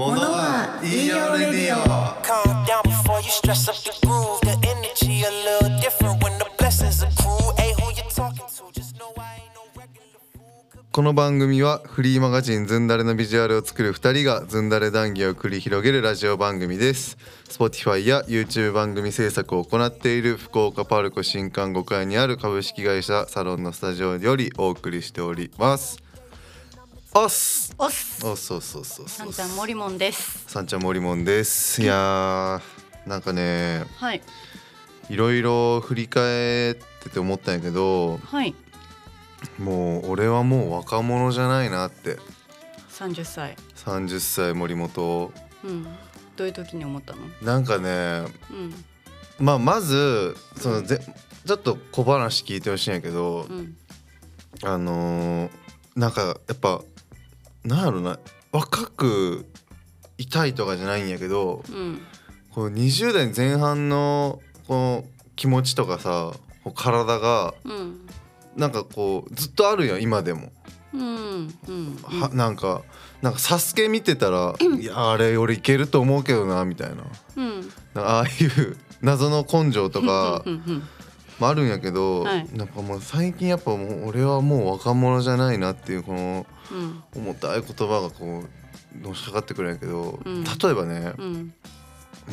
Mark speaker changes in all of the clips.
Speaker 1: 物は言いようレディオ
Speaker 2: Calm down before you stress up the groove. The energy a little different when the blessings accrue. Hey, who you talking to? Just know I ain't no regular fool.
Speaker 3: この番組はフリーマガジンズンダレのビジュアルを作る2人がズンダレ談義を繰り広げるラジオ番組です Spotify や YouTube 番組制作を行っている福岡パルコ新館5階にある株式会社サロンのスタジオよりお送りしておりますおっす
Speaker 4: おっす。
Speaker 3: おっそうそうそうそ
Speaker 4: さん
Speaker 3: う
Speaker 4: ちゃんモリモンです。
Speaker 3: さんちゃんもりもんですいやーなんかね
Speaker 4: はい
Speaker 3: いろいろ振り返ってて思ったんやけど
Speaker 4: はい。
Speaker 3: もう俺はもう若者じゃないなって
Speaker 4: 三十歳。
Speaker 3: 30歳森本
Speaker 4: うん。どういう時に思ったの？
Speaker 3: なんかね、
Speaker 4: うん
Speaker 3: まあ、まずそのぜちょっと小話聞いてほしいんやけど、
Speaker 4: うん
Speaker 3: あのーなんかやっぱなんやろな若くいたいとかじゃないんやけど
Speaker 4: うん
Speaker 3: こう20代前半のこの気持ちとかさこう体が
Speaker 4: うん
Speaker 3: なんかこうずっとあるやん今でも。
Speaker 4: うんうん。
Speaker 3: はなんか「なんかサスケ見てたら「いやあれ俺いけると思うけどな」みたいな
Speaker 4: うん。
Speaker 3: なんかああいう 謎の根性とか
Speaker 4: うんうん
Speaker 3: まあ、あるんやけど、
Speaker 4: はい
Speaker 3: なんかもう最近やっぱもう俺はもう若者じゃないなっていうこの
Speaker 4: うん
Speaker 3: 重たい言葉がこうのしかかってくるんやけど、
Speaker 4: うん
Speaker 3: 例えばね
Speaker 4: う、ん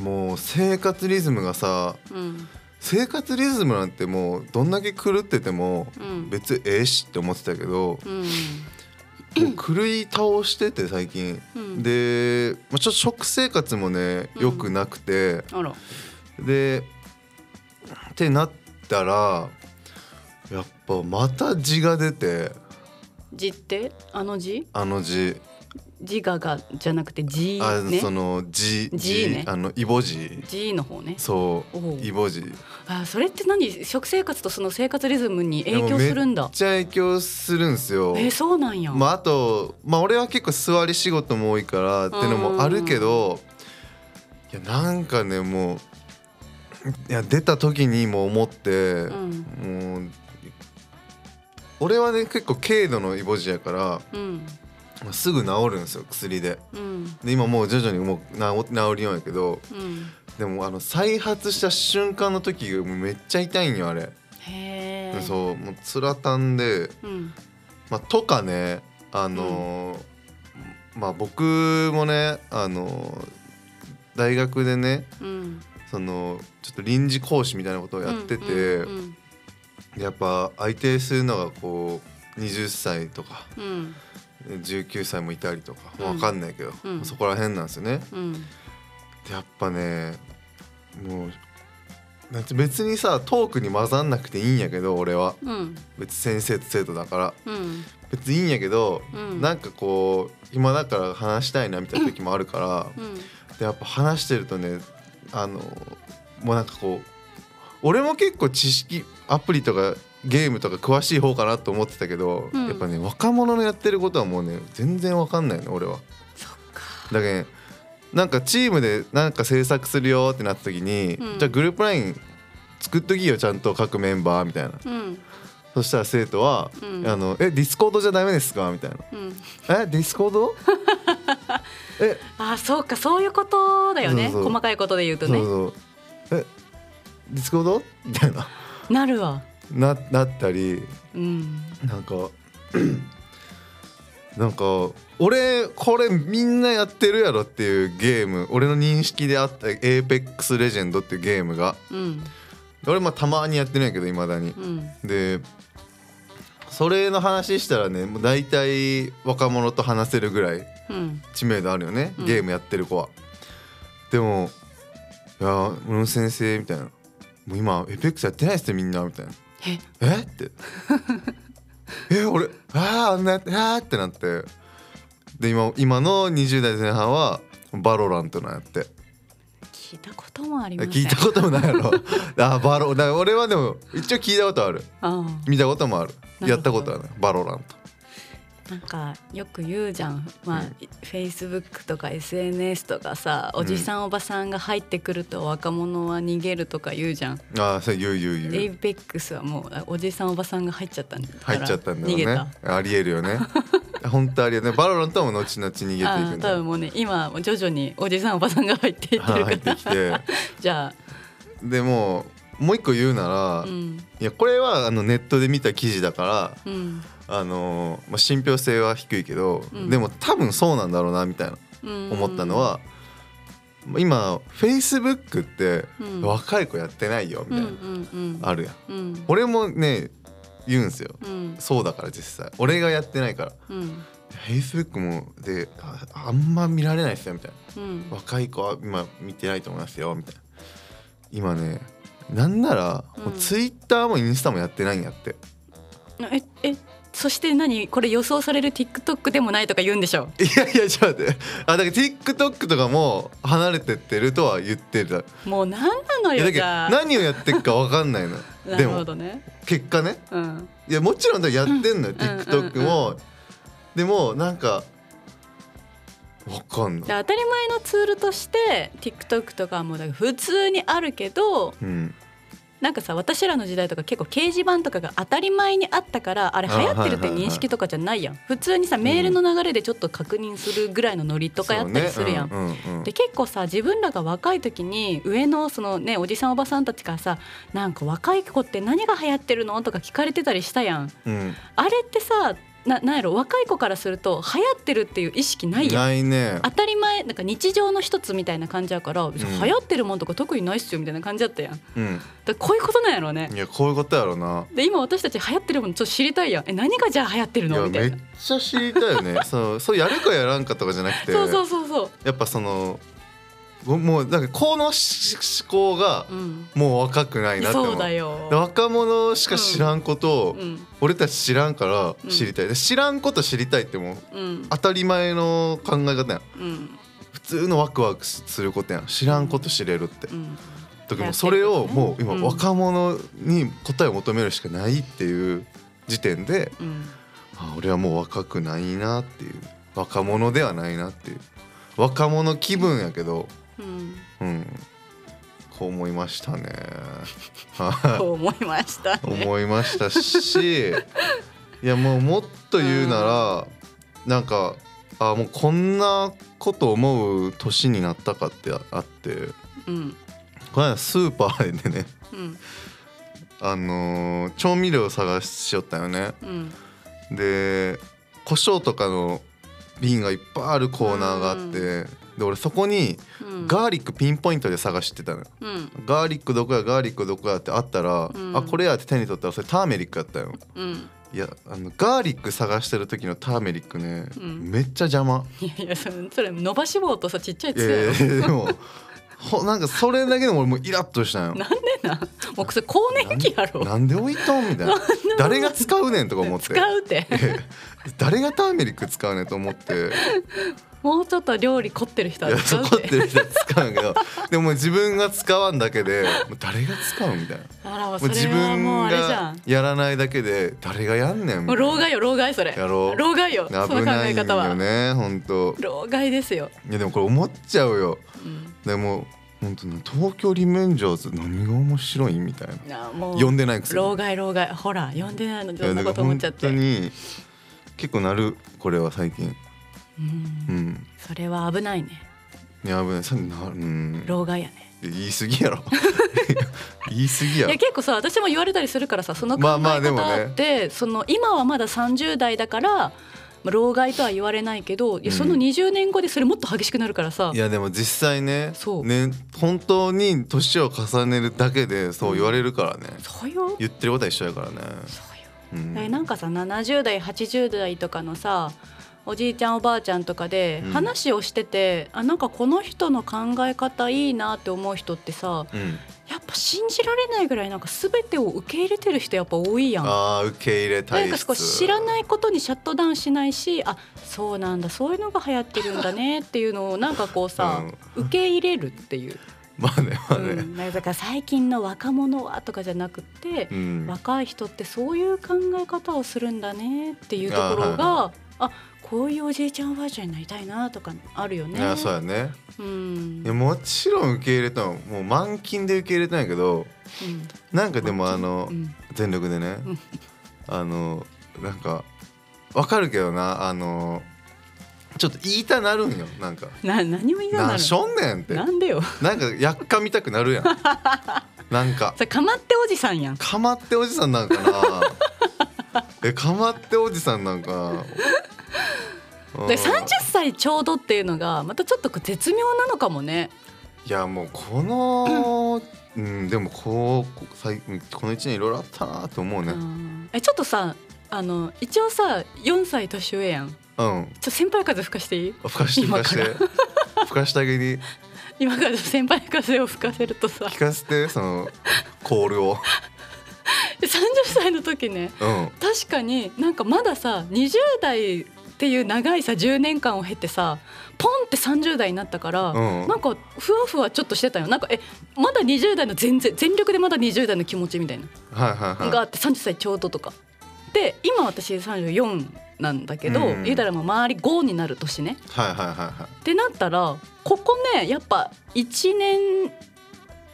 Speaker 3: もう生活リズムがさ
Speaker 4: うん
Speaker 3: 生活リズムなんてもうどんだけ狂ってても
Speaker 4: うん
Speaker 3: 別にええしって思ってたけど、
Speaker 4: うん
Speaker 3: もう狂い倒してて最近、
Speaker 4: うん
Speaker 3: で、まあ、ちょっと食生活もね良くなくて。
Speaker 4: あら
Speaker 3: でってなったらやっぱまた字が出て
Speaker 4: 字ってあの字？
Speaker 3: あの字、
Speaker 4: 字ががじゃなくて字
Speaker 3: あ
Speaker 4: ね。
Speaker 3: その字
Speaker 4: 字ね
Speaker 3: あのイボ字
Speaker 4: 字の方ね。
Speaker 3: そ
Speaker 4: おう
Speaker 3: うイボ字
Speaker 4: あそれって何？食生活とその生活リズムに影響するん
Speaker 3: いやもうめ
Speaker 4: だ
Speaker 3: っ。ちゃ影響するんですよ
Speaker 4: えそうなんや。
Speaker 3: まああとまあ俺は結構座り仕事も多いからってのもあるけどいやなんかねもういや出た時にもう思って、
Speaker 4: うん
Speaker 3: もう俺はね結構軽度のイボ痔やから
Speaker 4: うん
Speaker 3: まあすぐ治るんですよ薬で
Speaker 4: うん
Speaker 3: で今もう徐々にもう治治りようやけど
Speaker 4: うん。
Speaker 3: でもあの再発した瞬間の時がもうめっちゃ痛いんよあれ、
Speaker 4: へえ。
Speaker 3: そうもうつらたんで、
Speaker 4: うん
Speaker 3: まあ、とかねあのーまあ僕もねあのー大学でね
Speaker 4: うん。
Speaker 3: そのちょっと臨時講師みたいなことをやってて、
Speaker 4: うん
Speaker 3: やっぱ相手するのがこう20歳とか
Speaker 4: うんうん
Speaker 3: 19歳もいたりとか、
Speaker 4: うん
Speaker 3: わかんないけど、
Speaker 4: うん
Speaker 3: そこら辺なんですよね。
Speaker 4: うん
Speaker 3: でやっぱねもうなんて別にさトークに混ざんなくていいんやけど俺は
Speaker 4: うん
Speaker 3: 別に先生と生徒だから
Speaker 4: うん
Speaker 3: 別にいいんやけど、
Speaker 4: うん
Speaker 3: なんかこう今だから話したいなみたいな時もあるから、
Speaker 4: うん
Speaker 3: でやっぱ話してるとねあのもうなんかこう俺も結構知識アプリとかゲームとか詳しい方かなと思ってたけど、
Speaker 4: うん
Speaker 3: やっぱね若者のやってることはもうね全然わかんないの俺は。だけどねなんかチームでなんか制作するよってなった時に、
Speaker 4: うん
Speaker 3: じゃあグループライン作っときよちゃんと各メンバーみたいな
Speaker 4: うん
Speaker 3: そしたら生徒は「
Speaker 4: うん
Speaker 3: あのえディスコードじゃダメですか?」みたいな
Speaker 4: うん
Speaker 3: 「えディスコード?え」
Speaker 4: あーそうかそういうことだよね
Speaker 3: そうそう
Speaker 4: 細かいことで言うと
Speaker 3: そう
Speaker 4: ね
Speaker 3: そうえディスコード?」みたいな
Speaker 4: なるわ
Speaker 3: ななったり
Speaker 4: うん
Speaker 3: なんか なんか俺これみんなやってるやろっていうゲーム俺の認識であった「APEX レジェンド」っていうゲームが
Speaker 4: うん
Speaker 3: 俺まあたまにやってるんやけどいまだに
Speaker 4: う。ん
Speaker 3: でそれの話したらねもう大体若者と話せるぐらい
Speaker 4: うん
Speaker 3: 知名度あるよね
Speaker 4: うん
Speaker 3: ゲームやってる子は。でも「いやー室野先生」みたいな「もう今エペックスやってないっすよみんな」みたいな
Speaker 4: え
Speaker 3: 「えっ?」て 「え俺あーあんなやってあーってなってで今今の20代前半はバロラントなんやって。
Speaker 4: 聞いたこともありません
Speaker 3: 聞いたこともないや ろあーバロだから俺はでも一応聞いたことある
Speaker 4: あ
Speaker 3: 見たこともある
Speaker 4: ほど
Speaker 3: やったことはないバロラント
Speaker 4: ーなんかよく言うじゃんまあフェイスブックとか SNS とかさおじさんおばさんが入ってくると若者は逃げるとか言うじゃん
Speaker 3: ああそれ言う言う
Speaker 4: エ
Speaker 3: 言
Speaker 4: イ
Speaker 3: う
Speaker 4: ペックスはもうあおじさんおばさんが入っちゃったんだから
Speaker 3: 入っちゃったんだ
Speaker 4: 逃げ
Speaker 3: よ
Speaker 4: た
Speaker 3: ねありえるよね本当ありがとうバロランとはもう後々逃げてい
Speaker 4: あ
Speaker 3: く
Speaker 4: ー
Speaker 3: ん
Speaker 4: 多
Speaker 3: だ
Speaker 4: 分もうね今もう徐々におじさんおばさんが入っていって
Speaker 3: は
Speaker 4: る
Speaker 3: い
Speaker 4: か
Speaker 3: 入って
Speaker 4: ら
Speaker 3: きて
Speaker 4: じゃ
Speaker 3: でもうもう一個言うな
Speaker 4: あ
Speaker 3: ら、い
Speaker 4: うん
Speaker 3: やこれはあのネットで見た記事だから
Speaker 4: うん
Speaker 3: あのまあ、信憑性は低いけど、
Speaker 4: うん
Speaker 3: でも多分そうなんだろうなみたいな
Speaker 4: うん
Speaker 3: 思ったのは、まあ今フェイスブックって
Speaker 4: うん
Speaker 3: 若い子やってないよみ
Speaker 4: う
Speaker 3: た
Speaker 4: ん
Speaker 3: いうな、
Speaker 4: んうん
Speaker 3: あるやん
Speaker 4: うん
Speaker 3: 俺もね言うんすよ
Speaker 4: うん
Speaker 3: そうだから実際俺がやってないから
Speaker 4: うん
Speaker 3: フェイスブックもでああんま見られないっすよみたい
Speaker 4: うん
Speaker 3: な若い子は今見てないと思いますよみたいな今ねなんならもう
Speaker 4: うん
Speaker 3: ツイッターもインスタもやってないんやって、
Speaker 4: ええそして何これ予想される TikTok でもないとか言うんでしょ
Speaker 3: いやいやちょっと待ってあだから TikTok とかも離れてってるとは言ってる
Speaker 4: もう何なの
Speaker 3: いやだ
Speaker 4: よじ
Speaker 3: けど
Speaker 4: ゃあ
Speaker 3: 何をやってるか分かんないの
Speaker 4: な
Speaker 3: で
Speaker 4: るほ
Speaker 3: も
Speaker 4: どね
Speaker 3: 結果ね
Speaker 4: うん
Speaker 3: いやもちろんだからやってんのよ、
Speaker 4: ん
Speaker 3: TikTok も、でもなんか分かん
Speaker 4: で
Speaker 3: ない、
Speaker 4: 当たり前のツールとして TikTok とかもだから普通にあるけど
Speaker 3: うん、
Speaker 4: なんかさ私らの時代とか結構掲示板とかが当たり前にあったからあれ流行ってるって認識とかじゃないやん普通にさメールの流れでちょっと確認するぐらいのノリとかやったりするやん。
Speaker 3: そうねうんうんうん
Speaker 4: で結構さ自分らが若い時に上のそのねおじさんおばさんたちからさ「なんか若い子って何が流行ってるの?」とか聞かれてたりしたやん。
Speaker 3: うん
Speaker 4: あれってさななんやろ若い子からすると流行ってるっていう意識ないやん。
Speaker 3: ないね
Speaker 4: 当たり前なんか日常の一つみたいな感じやから、別に流行ってるもんとか特にないっすよみたいな感じだったやんだか
Speaker 3: うん
Speaker 4: らこういうことなんやろうね
Speaker 3: いやこういうことやろうな
Speaker 4: で今私たち流行ってるものちょっと知りたいやんえ何がじゃあ流行ってる
Speaker 3: い
Speaker 4: の
Speaker 3: や
Speaker 4: みた
Speaker 3: め
Speaker 4: い
Speaker 3: っ
Speaker 4: な
Speaker 3: ちゃ知りたい よねそうそうやるかやらんかとかじゃなくて
Speaker 4: そうそうそうそう
Speaker 3: やっぱそのごもうなんかこのし思考が
Speaker 4: うん
Speaker 3: もう若くないなって思う
Speaker 4: そうだよ
Speaker 3: 若者しか知らんことを、
Speaker 4: うん
Speaker 3: 俺たち知らんから知りたい、で知らんこと知りたいってもう
Speaker 4: うん
Speaker 3: 当たり前の考え方やん
Speaker 4: うん
Speaker 3: 普通のワクワクすることやん知らんこと知れるって、
Speaker 4: うん
Speaker 3: だからもうそれをもう今
Speaker 4: うん
Speaker 3: 若者に答えを求めるしかないっていう時点で、
Speaker 4: うん
Speaker 3: あ俺はもう若くないなっていう若者ではないなっていう若者気分やけど
Speaker 4: うん
Speaker 3: うんこう思いましたね
Speaker 4: と
Speaker 3: は
Speaker 4: 思いました
Speaker 3: い
Speaker 4: ね
Speaker 3: 思いました しいやもうもっと言うなら、なんかあもうこんなこと思う年になったかってああって
Speaker 4: うん
Speaker 3: この間スーパーでね
Speaker 4: うん
Speaker 3: あのー調味料を探しよったよね
Speaker 4: うん
Speaker 3: で胡椒とかの瓶がいっぱいあるコーナーがあって、で俺そこに
Speaker 4: うん
Speaker 3: ガーリックピンポイントで探してたのよ、
Speaker 4: うん
Speaker 3: ガーリックどこやガーリックどこやってあったら、
Speaker 4: うん
Speaker 3: あこれやって手に取ったらそれターメリックやったよ
Speaker 4: うん
Speaker 3: いやあのガーリック探してる時のターメリックね、
Speaker 4: うん
Speaker 3: めっちゃ邪魔
Speaker 4: いやいやそれそれ伸ばし棒とさちっちゃい
Speaker 3: い
Speaker 4: つ
Speaker 3: やいや
Speaker 4: や
Speaker 3: いやでもほなんかそれだけでも俺もうイラッとしたよ
Speaker 4: ろなんでなもうそれ更年期やろ
Speaker 3: なんで置いとんみた いな誰が使うねんとか思って
Speaker 4: 使うって
Speaker 3: え誰がターメリック使うねんと思って
Speaker 4: もうちょっと料理凝ってる人
Speaker 3: い
Speaker 4: は
Speaker 3: や
Speaker 4: 使
Speaker 3: そうこ
Speaker 4: っ
Speaker 3: っててる人は使うんやけどでももう自分が使わんだけでもう誰が使うみたいな
Speaker 4: あらも
Speaker 3: も
Speaker 4: う
Speaker 3: う
Speaker 4: そ
Speaker 3: 自
Speaker 4: れは
Speaker 3: 分
Speaker 4: もうあれじゃ
Speaker 3: が
Speaker 4: ん
Speaker 3: やらないだけで誰がやんねんみ
Speaker 4: も
Speaker 3: た
Speaker 4: う
Speaker 3: いな
Speaker 4: 老害よ老害それ
Speaker 3: やろう
Speaker 4: 老害よその
Speaker 3: 危
Speaker 4: 考
Speaker 3: ない
Speaker 4: え
Speaker 3: ん
Speaker 4: 方
Speaker 3: よ
Speaker 4: は、
Speaker 3: ね本当
Speaker 4: 老害ですよ、
Speaker 3: いやでもこれ思っちゃうよ
Speaker 4: うん、
Speaker 3: でも本当に東京リベンジャーズ何が面白いみたいな
Speaker 4: なあもう
Speaker 3: 呼んでないくせに
Speaker 4: 老害老害ほら呼んでないの
Speaker 3: い
Speaker 4: ど
Speaker 3: や
Speaker 4: んな
Speaker 3: だから
Speaker 4: こと思っ
Speaker 3: 本
Speaker 4: ちゃっ
Speaker 3: 当
Speaker 4: て、
Speaker 3: に結構なるこれは最近
Speaker 4: うん
Speaker 3: うん
Speaker 4: それは危ないね
Speaker 3: いや危ないさなうん
Speaker 4: 老害やね
Speaker 3: 言い過ぎや ろ言い過ぎや
Speaker 4: い
Speaker 3: ろ
Speaker 4: や結構さ私も言われたりするからさその考
Speaker 3: まあ
Speaker 4: え
Speaker 3: まあで
Speaker 4: 方
Speaker 3: もね
Speaker 4: って、その今はまだ30代だからまあ老害とは言われないけどいや
Speaker 3: うん
Speaker 4: その20年後でそれもっと激しくなるからさ、
Speaker 3: いやでも実際ね
Speaker 4: そう
Speaker 3: ね本当に年を重ねるだけでそう言われるからね、
Speaker 4: そうよ
Speaker 3: 言ってることは一緒やからね、
Speaker 4: そうよ
Speaker 3: うん
Speaker 4: えなんかさ70代80代とかのさおじいちゃんおばあちゃんとかで
Speaker 3: うん
Speaker 4: 話をしてて、あなんかこの人の考え方いいなって思う人ってさ
Speaker 3: うん
Speaker 4: やっぱ信じられないぐらいなんか全てを受け入れてる人やっぱ多いやん。
Speaker 3: あー受け入れた
Speaker 4: なん
Speaker 3: い
Speaker 4: か少し知らないいことにシャットダウンしないしあそうなんだそういうのが流行ってるんだねっていうのをなんかこうさ、受け入れるっ ていう、
Speaker 3: まあねまあ
Speaker 4: う
Speaker 3: ね、
Speaker 4: ん、だから最近の若者はとかじゃなくて、
Speaker 3: うん
Speaker 4: 若い人ってそういう考え方をするんだねっていうところ
Speaker 3: あ
Speaker 4: があ,、こういうおじいちゃんおばあちゃんになりたいなとかあるよね。
Speaker 3: いやそうやね
Speaker 4: うん
Speaker 3: いやもちろん受け入れたのもう満勤で受け入れたんやけど
Speaker 4: うん
Speaker 3: なんかでもあの、
Speaker 4: うん
Speaker 3: 全力でね、
Speaker 4: うん
Speaker 3: あのなんかわかるけどなあのちょっと言いたなるんよなんか
Speaker 4: な何も言いな
Speaker 3: なん
Speaker 4: る
Speaker 3: しょんねんってな
Speaker 4: なんでよ
Speaker 3: んかやっかみたくな るやんなんか
Speaker 4: それかまっておじさんやん
Speaker 3: かまっておじさんなん かなえかまっておじさんなんかなうん
Speaker 4: で30歳ちょうどっていうのがまたちょっとこう絶妙なのかもね
Speaker 3: いやもうこの、うん、でもこうこ最この1年いろいろあったなと思うね
Speaker 4: うんえちょっとさあの一応さ4歳年上やんち
Speaker 3: う
Speaker 4: ょ
Speaker 3: ん
Speaker 4: っと先輩風吹かしていい
Speaker 3: ふかしてふ
Speaker 4: 今
Speaker 3: かし
Speaker 4: か
Speaker 3: て
Speaker 4: ら
Speaker 3: ふかしてあげに
Speaker 4: 今から先輩風を吹かせるとさ
Speaker 3: 聞かせてそのコールを
Speaker 4: 30歳の時ね
Speaker 3: うん
Speaker 4: 確かになんかまださ20代っていう長いさ10年間を経てさポンって30代になったから、
Speaker 3: うん
Speaker 4: なんかふわふわちょっとしてたよなんかえまだ20代の全然全力でまだ20代の気持ちみたいな
Speaker 3: はいはい
Speaker 4: のがあ
Speaker 3: は
Speaker 4: って30歳ちょうどとか。で今私34なんだけど、
Speaker 3: うん
Speaker 4: 言うたらもう周り5になる年ね。
Speaker 3: いはいはいはいは
Speaker 4: ってなったらここねやっぱ1年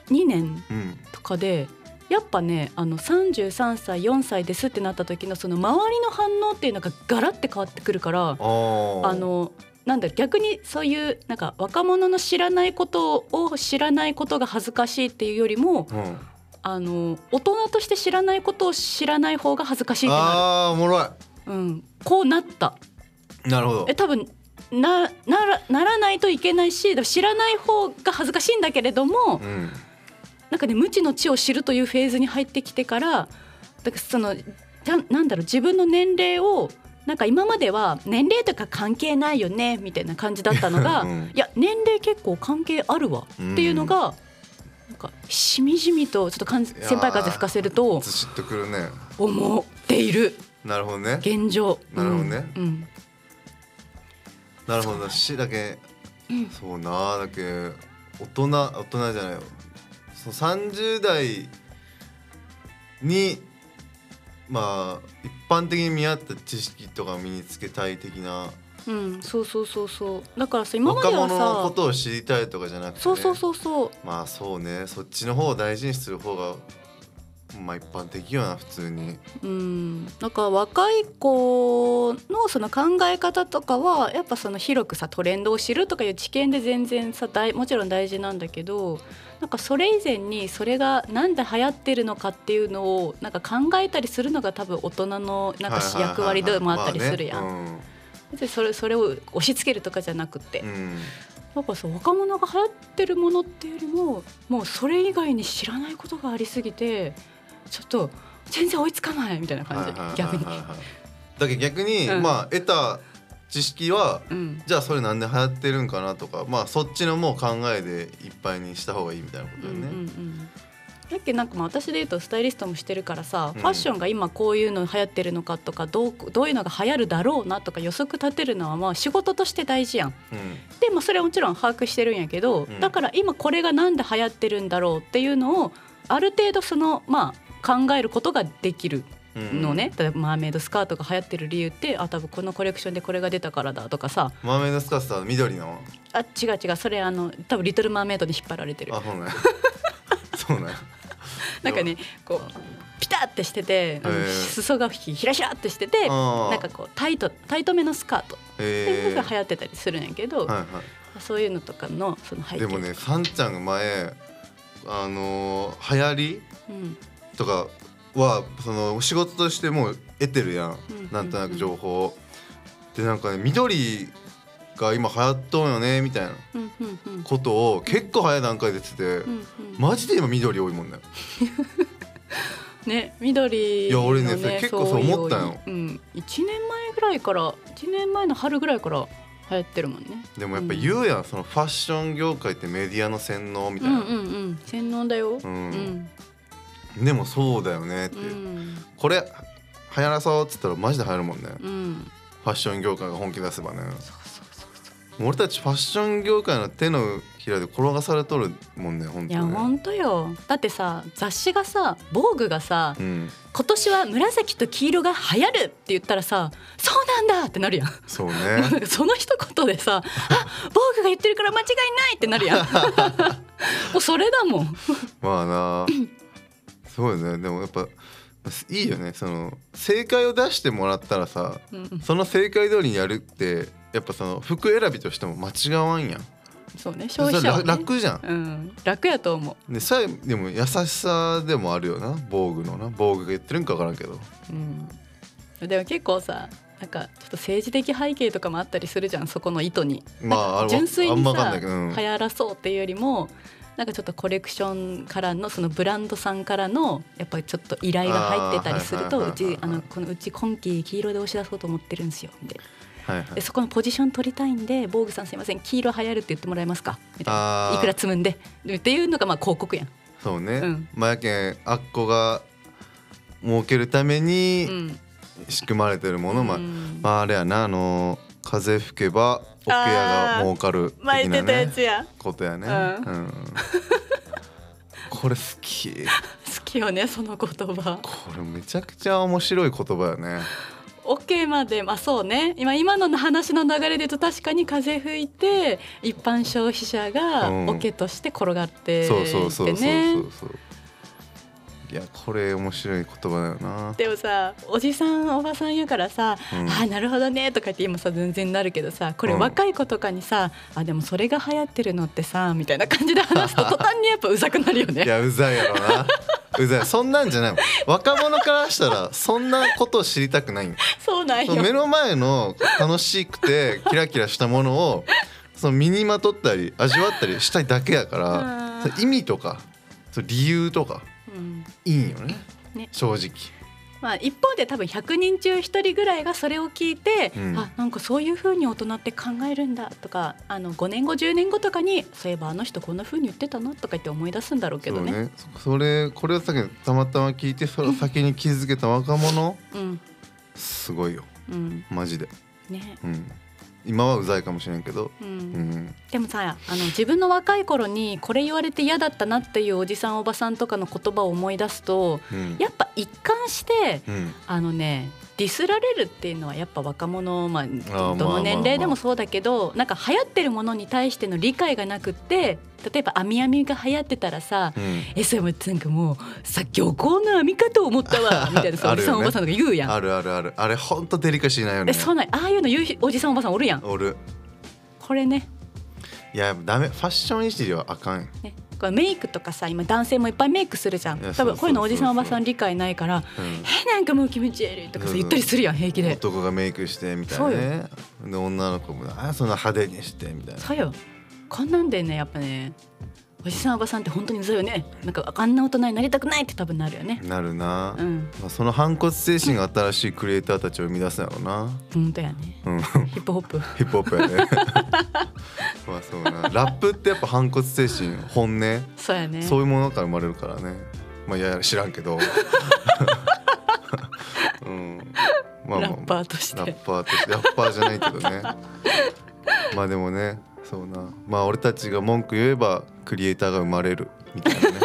Speaker 4: 2年
Speaker 3: いうん
Speaker 4: とかでやっぱねあの33歳4歳ですってなった時のその周りの反応っていうのがガラッて変わってくるから
Speaker 3: あー
Speaker 4: あのなんだろう逆にそういうなんか若者の知らないことを知らないことが恥ずかしいっていうよりも
Speaker 3: うん
Speaker 4: あの大人として知らないことを知らない方が恥ずかしいって
Speaker 3: あ
Speaker 4: な
Speaker 3: ーおもろ
Speaker 4: る、うん、こうなった
Speaker 3: いなるほど
Speaker 4: え多分なならならないといけないしでも知らない方が恥ずかしいんだけれども、
Speaker 3: うん
Speaker 4: なんかね無知の知を知るというフェーズに入ってきてからだからそのじゃなんだろう自分の年齢をなんか今までは年齢とか関係ないよねみたいな感じだったのが、
Speaker 3: うん
Speaker 4: いや年齢結構関係あるわっていうのが、なんかしみじみとちょっとかん
Speaker 3: いやー
Speaker 4: 先輩風吹かせると
Speaker 3: ずしっとくるね
Speaker 4: 思っている
Speaker 3: なるほどね
Speaker 4: 現状。
Speaker 3: なるほどね
Speaker 4: うんうん
Speaker 3: なるほどしだけそうなだけ大人大人じゃないよそう30代にまあ一般的に見合った知識とか身につけたい的な
Speaker 4: うん、そうそうそうそうだからさ今まで
Speaker 3: 若
Speaker 4: は
Speaker 3: 者のこ
Speaker 4: さ
Speaker 3: とを知りたいとかじゃなくて、ね、
Speaker 4: そうそうそうそう
Speaker 3: まあそうねそっちの方を大事にする方がまあ一般的よな普通に
Speaker 4: うん、なんか若い子のその考え方とかはやっぱその広くさトレンドを知るとかいう知見で全然さ大もちろん大事なんだけどなんかそれ以前にそれがなんで流行ってるのかっていうのをなんか考えたりするのが多分大人のなんかし
Speaker 3: はいはいはいはい
Speaker 4: 役割でもあったりするや
Speaker 3: ま
Speaker 4: ん。
Speaker 3: あね
Speaker 4: 別にそれそれを押し付けるとかじゃなくて、
Speaker 3: うんうん
Speaker 4: なんかさ若者が流行ってるものっていうよりももうそれ以外に知らないことがありすぎてちょっと全然追いつかないみたいな
Speaker 3: はいはい
Speaker 4: 感
Speaker 3: はいはい
Speaker 4: じ逆に。
Speaker 3: だけど逆に、
Speaker 4: うん
Speaker 3: まあ得た知識は
Speaker 4: うん
Speaker 3: じゃあそれなんで流行ってるんかなとかまあそっちのもう考えでいっぱいにした方がいいみたいなことよ
Speaker 4: うんうん
Speaker 3: ね。
Speaker 4: うんだっけなんかまあ私で言うとスタイリストもしてるからさ、
Speaker 3: うん
Speaker 4: ファッションが今こういうの流行ってるのかとかどうどういうのが流行るだろうなとか予測立てるのはまあ仕事として大事やん
Speaker 3: うん
Speaker 4: で、まあ、それはもちろん把握してるんやけど、
Speaker 3: うん
Speaker 4: だから今これがなんで流行ってるんだろうっていうのをある程度そのまあ考えることができる
Speaker 3: うん
Speaker 4: のね、例えばマーメイドスカートが流行ってる理由ってあ多分このコレクションでこれが出たからだとかさ
Speaker 3: マーメイドスカートは緑の
Speaker 4: あ違う違うそれあの多分リトル・マーメイドに引っ張られてる
Speaker 3: あそう なんやそうなんや
Speaker 4: なんかねこうピタってしててあの
Speaker 3: へー
Speaker 4: 裾がひひらひらってしてて
Speaker 3: あー
Speaker 4: なんかこうタイトタイトめのスカートってい
Speaker 3: え
Speaker 4: う
Speaker 3: ー
Speaker 4: のが流行ってたりするんやけ
Speaker 3: は
Speaker 4: ど、
Speaker 3: いは
Speaker 4: そういうのとかのその背
Speaker 3: い、
Speaker 4: 景
Speaker 3: でもねさんちゃんが前あのー流行り
Speaker 4: うん
Speaker 3: とかはその仕事としてもう得てるやん、
Speaker 4: うん
Speaker 3: なんとなく情報をでなんかね緑が今流行っとんよねみたいな
Speaker 4: うんうんうん
Speaker 3: ことを結構早い段階で言ってて、
Speaker 4: うんうん
Speaker 3: マジで今緑多いもんね
Speaker 4: ね緑
Speaker 3: いや俺ねそれ結構そう思ったよ
Speaker 4: そういううん、1年前ぐらいから1年前の春ぐらいから流行ってるもんね
Speaker 3: でもやっぱ言うやん、そのファッション業界ってメディアの洗脳みた
Speaker 4: う
Speaker 3: い
Speaker 4: ん
Speaker 3: な、
Speaker 4: うんうん洗脳だよ
Speaker 3: うん
Speaker 4: うん
Speaker 3: でもそうだよねって、
Speaker 4: うん
Speaker 3: これ流行らそうっつったらマジで流行るもんね、フ
Speaker 4: うん
Speaker 3: ァッション業界が本気出せばね
Speaker 4: そうそうそうそう
Speaker 3: 俺たちファッション業界の手のひらで転がされとるもんね本
Speaker 4: い
Speaker 3: 当
Speaker 4: や
Speaker 3: にね
Speaker 4: 本当よだってさ雑誌がさ「防具がさ
Speaker 3: うん
Speaker 4: 今年は紫と黄色が流行るって言ったらさそうなんだってなるやん
Speaker 3: そうね
Speaker 4: なんかその一言でさあ防具が言ってるから間違いないってな るやんもうそれだもん
Speaker 3: まあなすごいねでもやっぱいいよねその正解を出してもらったらさ
Speaker 4: うん、
Speaker 3: その正解通りにやるってやっぱその服選びとしても間違わんやん
Speaker 4: そうね消
Speaker 3: それ
Speaker 4: 費者は、ね、
Speaker 3: 楽じゃん
Speaker 4: うん、楽やと思
Speaker 3: でさえでも優しさでもあるよな防具のな防具が言ってるんか分からんけど
Speaker 4: う、うん、でも結構さなんかちょっと政治的背景とかもあったりするじゃんそこの意図に
Speaker 3: まああれは
Speaker 4: 純粋
Speaker 3: あん
Speaker 4: に
Speaker 3: ま分かん
Speaker 4: さ、
Speaker 3: ないけど、うん
Speaker 4: 流行らそうっていうよりもなんかちょっとコレクションからのそのブランドさんからのやっぱりちょっと依頼が入ってたりする
Speaker 3: あー
Speaker 4: と
Speaker 3: はいうはいはいはい
Speaker 4: ちあのこのうち今期黄色で押し出そうと思ってるんですよみたい
Speaker 3: はいはい
Speaker 4: なでそこのポジション取りたいんで防具さんすいません黄色流行るって言ってもらえますかみたい
Speaker 3: あ
Speaker 4: な
Speaker 3: ー
Speaker 4: いくら積むんでっていうのがまあ広告やん、
Speaker 3: そうね、
Speaker 4: うん
Speaker 3: まあやけんあっこが儲けるため
Speaker 4: う
Speaker 3: に
Speaker 4: ん
Speaker 3: 仕組まれてるもの、まあ
Speaker 4: うん
Speaker 3: まああれやなあの風吹けば奥屋が儲かる的な、ね、
Speaker 4: 巻いてたやつや
Speaker 3: ことやね、
Speaker 4: うん
Speaker 3: うんこれ好き
Speaker 4: 好きよねその言葉
Speaker 3: これめちゃくちゃ面白い言葉よね
Speaker 4: OK までまあそうね今今の話の流れで言うと確かに風吹いて一般消費者が
Speaker 3: うん
Speaker 4: オケとして転がってい
Speaker 3: そうそうそ
Speaker 4: って
Speaker 3: うそう
Speaker 4: ね
Speaker 3: そうそういやこれ面白い言葉だよな
Speaker 4: でもさおじさんおばさんやからさ「
Speaker 3: うん
Speaker 4: ああなるほどね」とか言って今さ全然なるけどさこれ
Speaker 3: うん
Speaker 4: 若い子とかにさ「あでもそれが流行ってるのってさ」みたいな感じで 話すと途端にやっぱうざくなるよ
Speaker 3: い
Speaker 4: ね。
Speaker 3: やうざいやろな うざいそんなんじゃないもん若者からしたらそんなことを知りたくないんよ
Speaker 4: そうなん
Speaker 3: その目
Speaker 4: よ
Speaker 3: の前の楽しくてキラキラしたものをその身にまとったり味わったりしたいだけやから
Speaker 4: うん
Speaker 3: その意味とかその理由とか
Speaker 4: うん
Speaker 3: いいんよね
Speaker 4: ね
Speaker 3: 正直
Speaker 4: まあ、一方で多分100人中1人ぐらいがそれを聞いて、
Speaker 3: うん
Speaker 4: あなんかそういうふうに大人って考えるんだとかあの5年後10年後とかにそういえばあの人こんなふうに言ってたなとか言って思い出すんだろうけどね
Speaker 3: そうねそそれこれをさっきたまたま聞いてそれを先に気づけた若者
Speaker 4: うん
Speaker 3: すごいよ
Speaker 4: うん
Speaker 3: マジで、
Speaker 4: ね
Speaker 3: うん、今はうざいかもしれんけど、
Speaker 4: うん
Speaker 3: うん、
Speaker 4: でもさあの自分の若い頃にこれ言われて嫌だったなっていうおじさんおばさんとかの言葉を思い出すと
Speaker 3: うん、
Speaker 4: やっぱ一貫して
Speaker 3: うん、
Speaker 4: あのねディスられるっていうのはやっぱ若者、まあ、
Speaker 3: まあ
Speaker 4: どどの年齢でもそうだけどなんか流行ってるものに対しての理解がなくって例えば網網が流行ってたらさ「
Speaker 3: うん、
Speaker 4: えそれもなんかもうさ漁港の網かと思っ たわ」みたいなさ
Speaker 3: あ
Speaker 4: お
Speaker 3: る
Speaker 4: じ
Speaker 3: よ
Speaker 4: さ
Speaker 3: ね
Speaker 4: んおばさんとか言うやん。
Speaker 3: あるあるあるあれほんとデリカシーないよね
Speaker 4: えそうなんああいうの言うひおじさんおばさんおるやん
Speaker 3: おる
Speaker 4: これね
Speaker 3: いやダメファッションいじりはあかんよ
Speaker 4: ねこれメイクとかさ今男性もいっぱいメイクするじゃん
Speaker 3: いや
Speaker 4: 多
Speaker 3: そうそうそうそ
Speaker 4: 分
Speaker 3: う
Speaker 4: こういうのおじさんおばさん理解ないから「
Speaker 3: うん
Speaker 4: えなんかもう気持ち悪い」とかさ言ったりするやん平気で。
Speaker 3: 男がメイクしてみたいなねで女の子もあそんな派手にしてみたいな
Speaker 4: そうよこんなんでねやっぱねおじさんおばさんって本当にうざいよねなんかあんな大人になりたくないって多分なるよね
Speaker 3: なるな、
Speaker 4: うん
Speaker 3: まあ、その反骨精神が新しいクリエイターたちを生み出すんやろうな
Speaker 4: 本当やね
Speaker 3: うんヒ
Speaker 4: ヒップホップ
Speaker 3: ップホップや ねまあそうなラップってやっぱ反骨精神本音
Speaker 4: そうやね
Speaker 3: そういうものから生まれるからねまあいやいや知らんけ ど、うん、まあまあ
Speaker 4: ラッパーとして
Speaker 3: ラッパーとしてラッパーじゃないけどねまあでもねそうなまあ俺たちが文句言えばクリエイターが生まれるみたい なね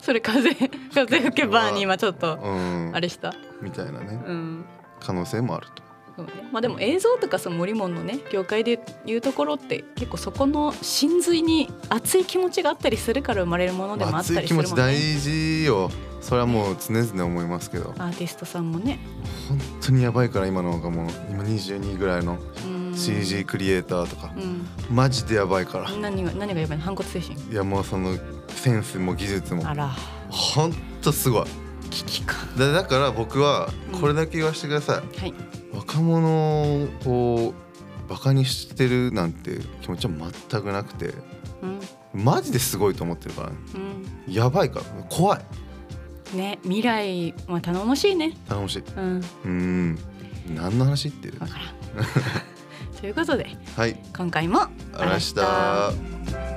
Speaker 4: それ風風吹けばに今ちょっと
Speaker 3: うん
Speaker 4: あれした
Speaker 3: みたいなね
Speaker 4: うん
Speaker 3: 可能性もあると
Speaker 4: そうねまあでも映像とかその森門のね業界でいうところって結構そこの真髄に熱い気持ちがあったりするから生まれるものでもあった
Speaker 3: 熱い
Speaker 4: りす
Speaker 3: 気
Speaker 4: るも
Speaker 3: 持
Speaker 4: んね、
Speaker 3: ち大事よそれはもう常々思いますけど
Speaker 4: アーティストさんもね
Speaker 3: 本当にやばいから今の若者今22ぐらいの
Speaker 4: うん
Speaker 3: CG クリエイターとか
Speaker 4: うん
Speaker 3: マジでやばいから
Speaker 4: 何が何がやばいの反骨精神
Speaker 3: いやもうそのセンスも技術も
Speaker 4: あら
Speaker 3: 本当すごい
Speaker 4: 危機感
Speaker 3: だだから僕は
Speaker 4: うん
Speaker 3: これだけ言わせてください、
Speaker 4: はい
Speaker 3: 若者をこうバカにしてるなんて気持ちは全くなくて
Speaker 4: うん
Speaker 3: マジですごいと思ってるからね
Speaker 4: うん
Speaker 3: やばいから怖い
Speaker 4: ね未来は頼もしいね
Speaker 3: 頼もしい
Speaker 4: うん
Speaker 3: うん何の話言ってる
Speaker 4: わからんということで
Speaker 3: はい
Speaker 4: 今回も
Speaker 3: あらした
Speaker 4: あらした